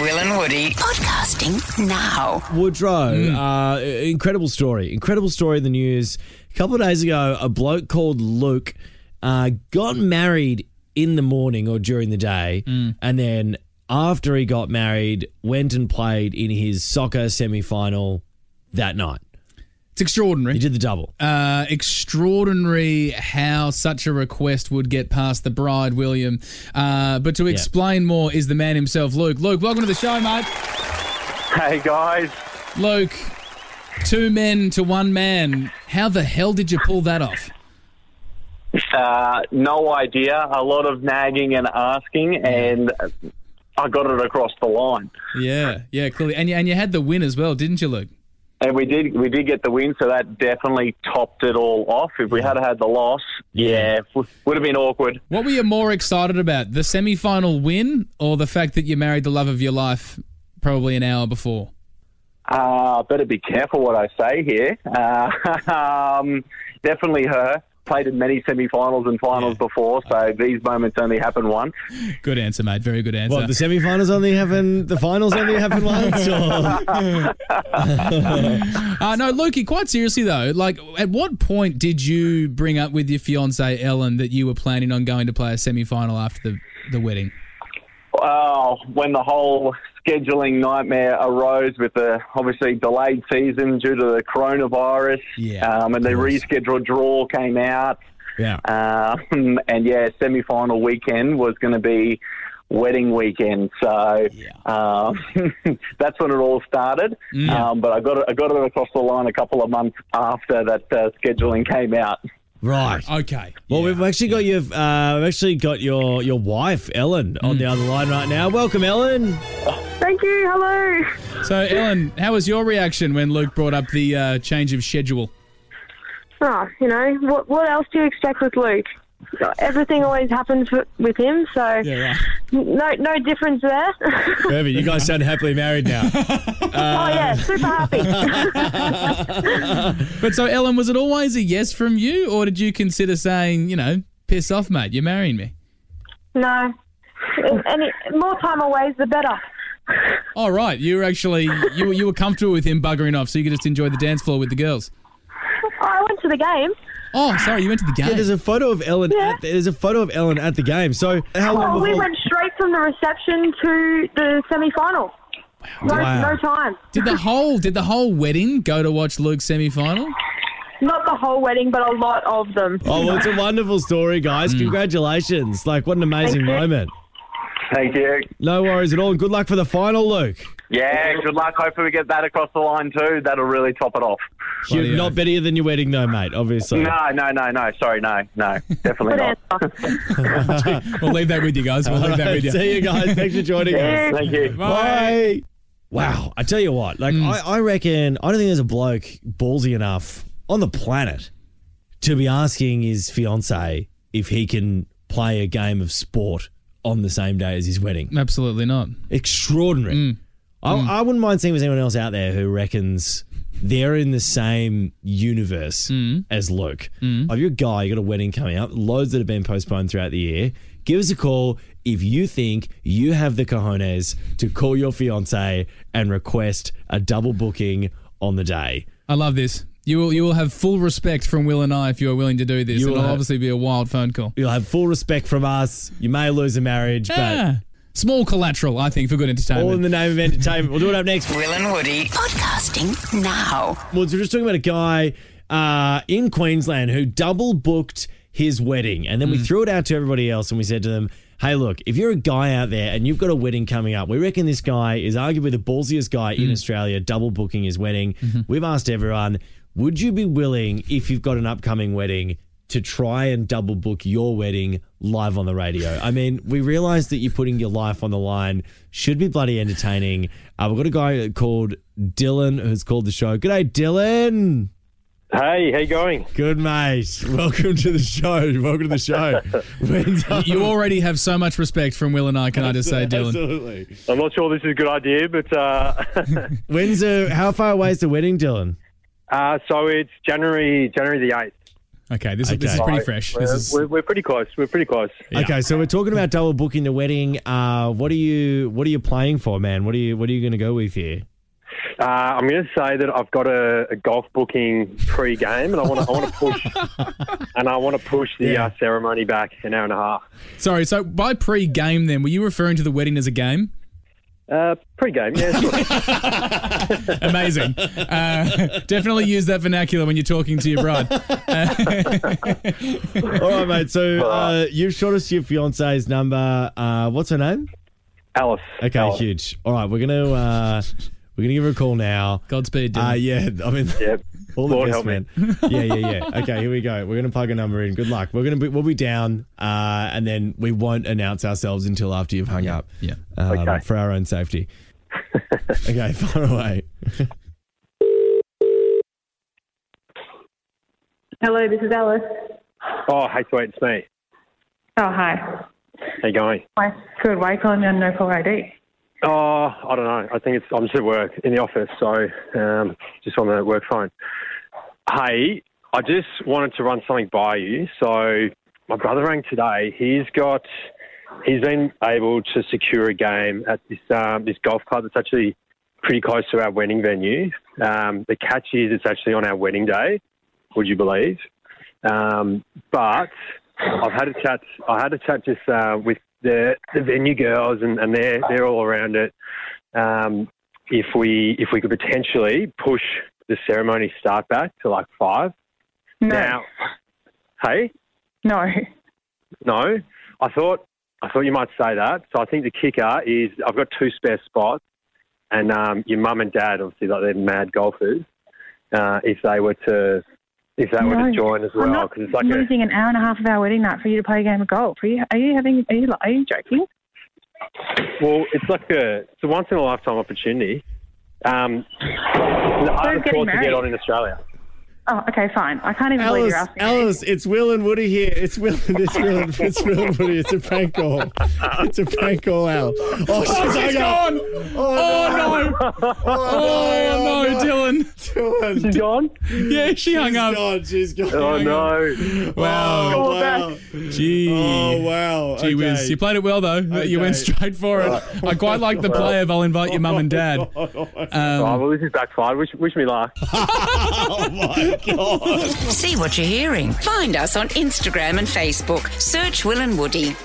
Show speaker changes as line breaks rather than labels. Will and Woody podcasting now.
Woodrow, uh, incredible story. Incredible story in the news. A couple of days ago, a bloke called Luke uh, got married in the morning or during the day. And then after he got married, went and played in his soccer semi final that night.
It's extraordinary.
He did the double.
uh, extraordinary how such a request would get past the bride, William. Uh, but to explain more is the man himself, Luke. Luke, welcome to the show, mate.
Hey guys,
Luke, two men to one man. How the hell did you pull that off?
uh, no idea. A lot of nagging and asking, and I got it across the line.
Yeah, yeah, clearly. And you, and you had the win as well, didn't you, Luke?
And we did, we did get the win, so that definitely topped it all off. If we had had the loss, yeah, w- would have been awkward.
What were you more excited about, the semi final win or the fact that you married the love of your life probably an hour before?
Uh, better be careful what I say here. Uh, um, definitely her. Played in many semi-finals and finals before, so these moments only happen once.
Good answer, mate. Very good answer.
What, the semi finals only happen, the finals only happen once? Or?
Uh, no, Lukey, quite seriously though, like at what point did you bring up with your fiance Ellen that you were planning on going to play a semi final after the, the wedding?
Oh, when the whole scheduling nightmare arose with the obviously delayed season due to the coronavirus,
Yeah,
um, and the
of course.
rescheduled draw came out,
yeah.
um, and yeah, semi-final weekend was going to be wedding weekend, so um, that's when it all started. Um, but I got it, I got it across the line a couple of months after that uh, scheduling came out.
Right.
Okay.
Well, we've actually got your uh, we've actually got your your wife Ellen on the other line right now. Welcome, Ellen.
Thank you. Hello.
So Ellen, how was your reaction when Luke brought up the uh, change of schedule?
Oh, you know what? What else do you expect with Luke? Everything always happens w- with him, so
right.
no no difference there.
Perfect. You guys sound happily married now.
oh
Uh.
yeah, super happy.
But so Ellen, was it always a yes from you, or did you consider saying, you know, piss off, mate, you're marrying me?
no, any more time away is the better.
All Oh, right, you were actually you were, you were comfortable with him buggering off, so you could just enjoy the dance floor with the girls.
I went to the game.
Oh, sorry, you went to the game.
Yeah, there's a photo of Ellen.
Yeah.
At the, there's a photo of Ellen at the game. So how long
Oh, we
before?
went straight from the reception to the semi final. No,
Wow.
no time.
did the whole did the whole wedding go to watch Luke's semi final?
Not the whole wedding, but a lot of them.
oh, well, it's a wonderful story, guys.
Mm.
Congratulations! Like, what an amazing
Thank you.
moment.
Thank you.
No worries at all. And good luck for the final, Luke.
Yeah, good luck. Hopefully, we get that across the line too. That'll really top it off.
You're
Bloody
not
oath.
better than your wedding, though, mate. Obviously.
No, no, no, no. Sorry, no, no. Definitely
Good
not.
answer.
We'll leave that with you guys. We'll leave that with you.
See you guys. Thanks for joining us.
Thank you.
Bye. Wow. I tell you what, like,
Mm.
I, I reckon, I don't think there's a bloke ballsy enough on the planet to be asking his fiance if he can play a game of sport on the same day as his wedding.
Absolutely not.
Extraordinary. I, I wouldn't mind seeing if there's anyone else out there who reckons they're in the same universe as Luke. If you're a guy, you got a wedding coming up, loads that have been postponed throughout the year. Give us a call if you think you have the cojones to call your fiance and request a double booking on the day.
I love this. You will you will have full respect from Will and I if you are willing to do this.
You
It'll
will have-
obviously be a wild phone call.
You'll have full respect from us. You may lose a marriage,
Yeah. Small collateral, I think, for good
but all
entertainment.
in the name of entertainment. We'll do it up next.
Will and Woody podcasting now.
Well, so we're just talking about a guy uh, in Queensland who double booked his wedding. And then we threw it out to everybody else and we said to them, hey, look, if you're a guy out there and you've got a wedding coming up, we reckon this guy is arguably the ballsiest guy in Australia, double booking his wedding. We've asked everyone, would you be willing, if you've got an upcoming wedding, to try and double book your wedding live on the radio. I mean, we realize that you're putting your life on the line. Should be bloody entertaining. Uh, we've got a guy called Dylan who's called the show. G'day, Dylan.
Hey, how you going?
Good mate. Welcome to the show. Welcome to the show. When's up?
you already have so much respect from Will and I, can I just say, Dylan?
Absolutely.
I'm not sure this is a good idea, but uh,
When's the, how far away is the wedding, Dylan?
uh, so it's January January the eighth.
Okay, this, is this is
Okay.
pretty fresh. This
We're,
is
we're, we're pretty close. We're pretty close.
Yeah.
Okay, so we're talking about double booking the wedding. Uh, what are you What are you playing for, man? What are you What are you going to go with here?
Uh, I'm going to say that I've got a, a golf booking pre-game, and I want to I want to push, and I want to push the
Yeah.
uh, ceremony back an hour and a half.
sorry. So by pre-game, then were you referring to the wedding as a game?
Uh, pre-game, yeah. Sure.
Amazing. uh, definitely use that vernacular when you're talking to your bride.
All right, mate. So uh, you've shot us your fiance's number. Uh, what's her name?
Alice.
Okay,
Alice.
huge. All right, we're gonna uh, we're gonna give her a call now.
Godspeed.
Uh,
Dylan.
yeah, I mean,
Yep.
all the
Lord
best,
help me.
man. yeah, yeah, yeah. Okay, here we go. We're gonna plug a number in. Good luck. We're gonna be, we'll be down, uh, and then we won't announce ourselves until after you've hung up.
yeah.
um,
Okay.
for our own safety. okay, far away.
Hello, this is Alice.
Oh, hey, sweet, it's me.
Oh, hi.
How you going?
Why, good. Why are you calling me on no call ID?
Oh, I don't know. I think it's I'm just at work in the office, so um, just on the work phone. Hey, I just wanted to run something by you. So my brother rang today. He's got he's been able to secure a game at this um, this golf club that's actually pretty close to our wedding venue. Um, the catch is it's actually on our wedding day. Would you believe? Um, but I've had a chat. I had a chat just uh, with the, the venue girls, and, and they're they're all around it. Um, if we if we could potentially push the ceremony start back to like five
No.
now, hey,
No.
no, I thought I thought you might say that. So I think the kicker is I've got two spare spots, and um, your mum and dad obviously like they're mad golfers. Uh, if they were to if they were
No.
to join as
I'm
well,
not
because it's like a
losing an hour and a half of our wedding night for you to play a game of golf. Are you, are you having? Are you, are you joking?
Well, it's like a it's a once in a lifetime opportunity. Um, the hardest
getting
sport to get
married.
on in Australia.
Oh, okay, fine. I can't even believe
Alice,
you're asking. me.
Alice, it's Will and Woody here. It's Will and it's Will and, it's Will and Woody. It's a prank call. It's a prank call, Al. Oh, she's, hung up.
She's gone.
Oh,
Oh no. Oh no, Dylan.
Dylan. She's
John?
Yeah, she hung up.
gone. She's gone.
Oh no!
Wow.
Oh, wow.
Gee.
Oh, wow.
Gee whiz.
Okay.
You played it well though. that You went
Okay.
straight for it. I quite like the play of I'll invite your mum and dad.
Oh,
Um,
well, this is backfired. Wish, wish me luck.
Oh, my God.
See what you're hearing. Find us on Instagram and Facebook. Search Will and Woody.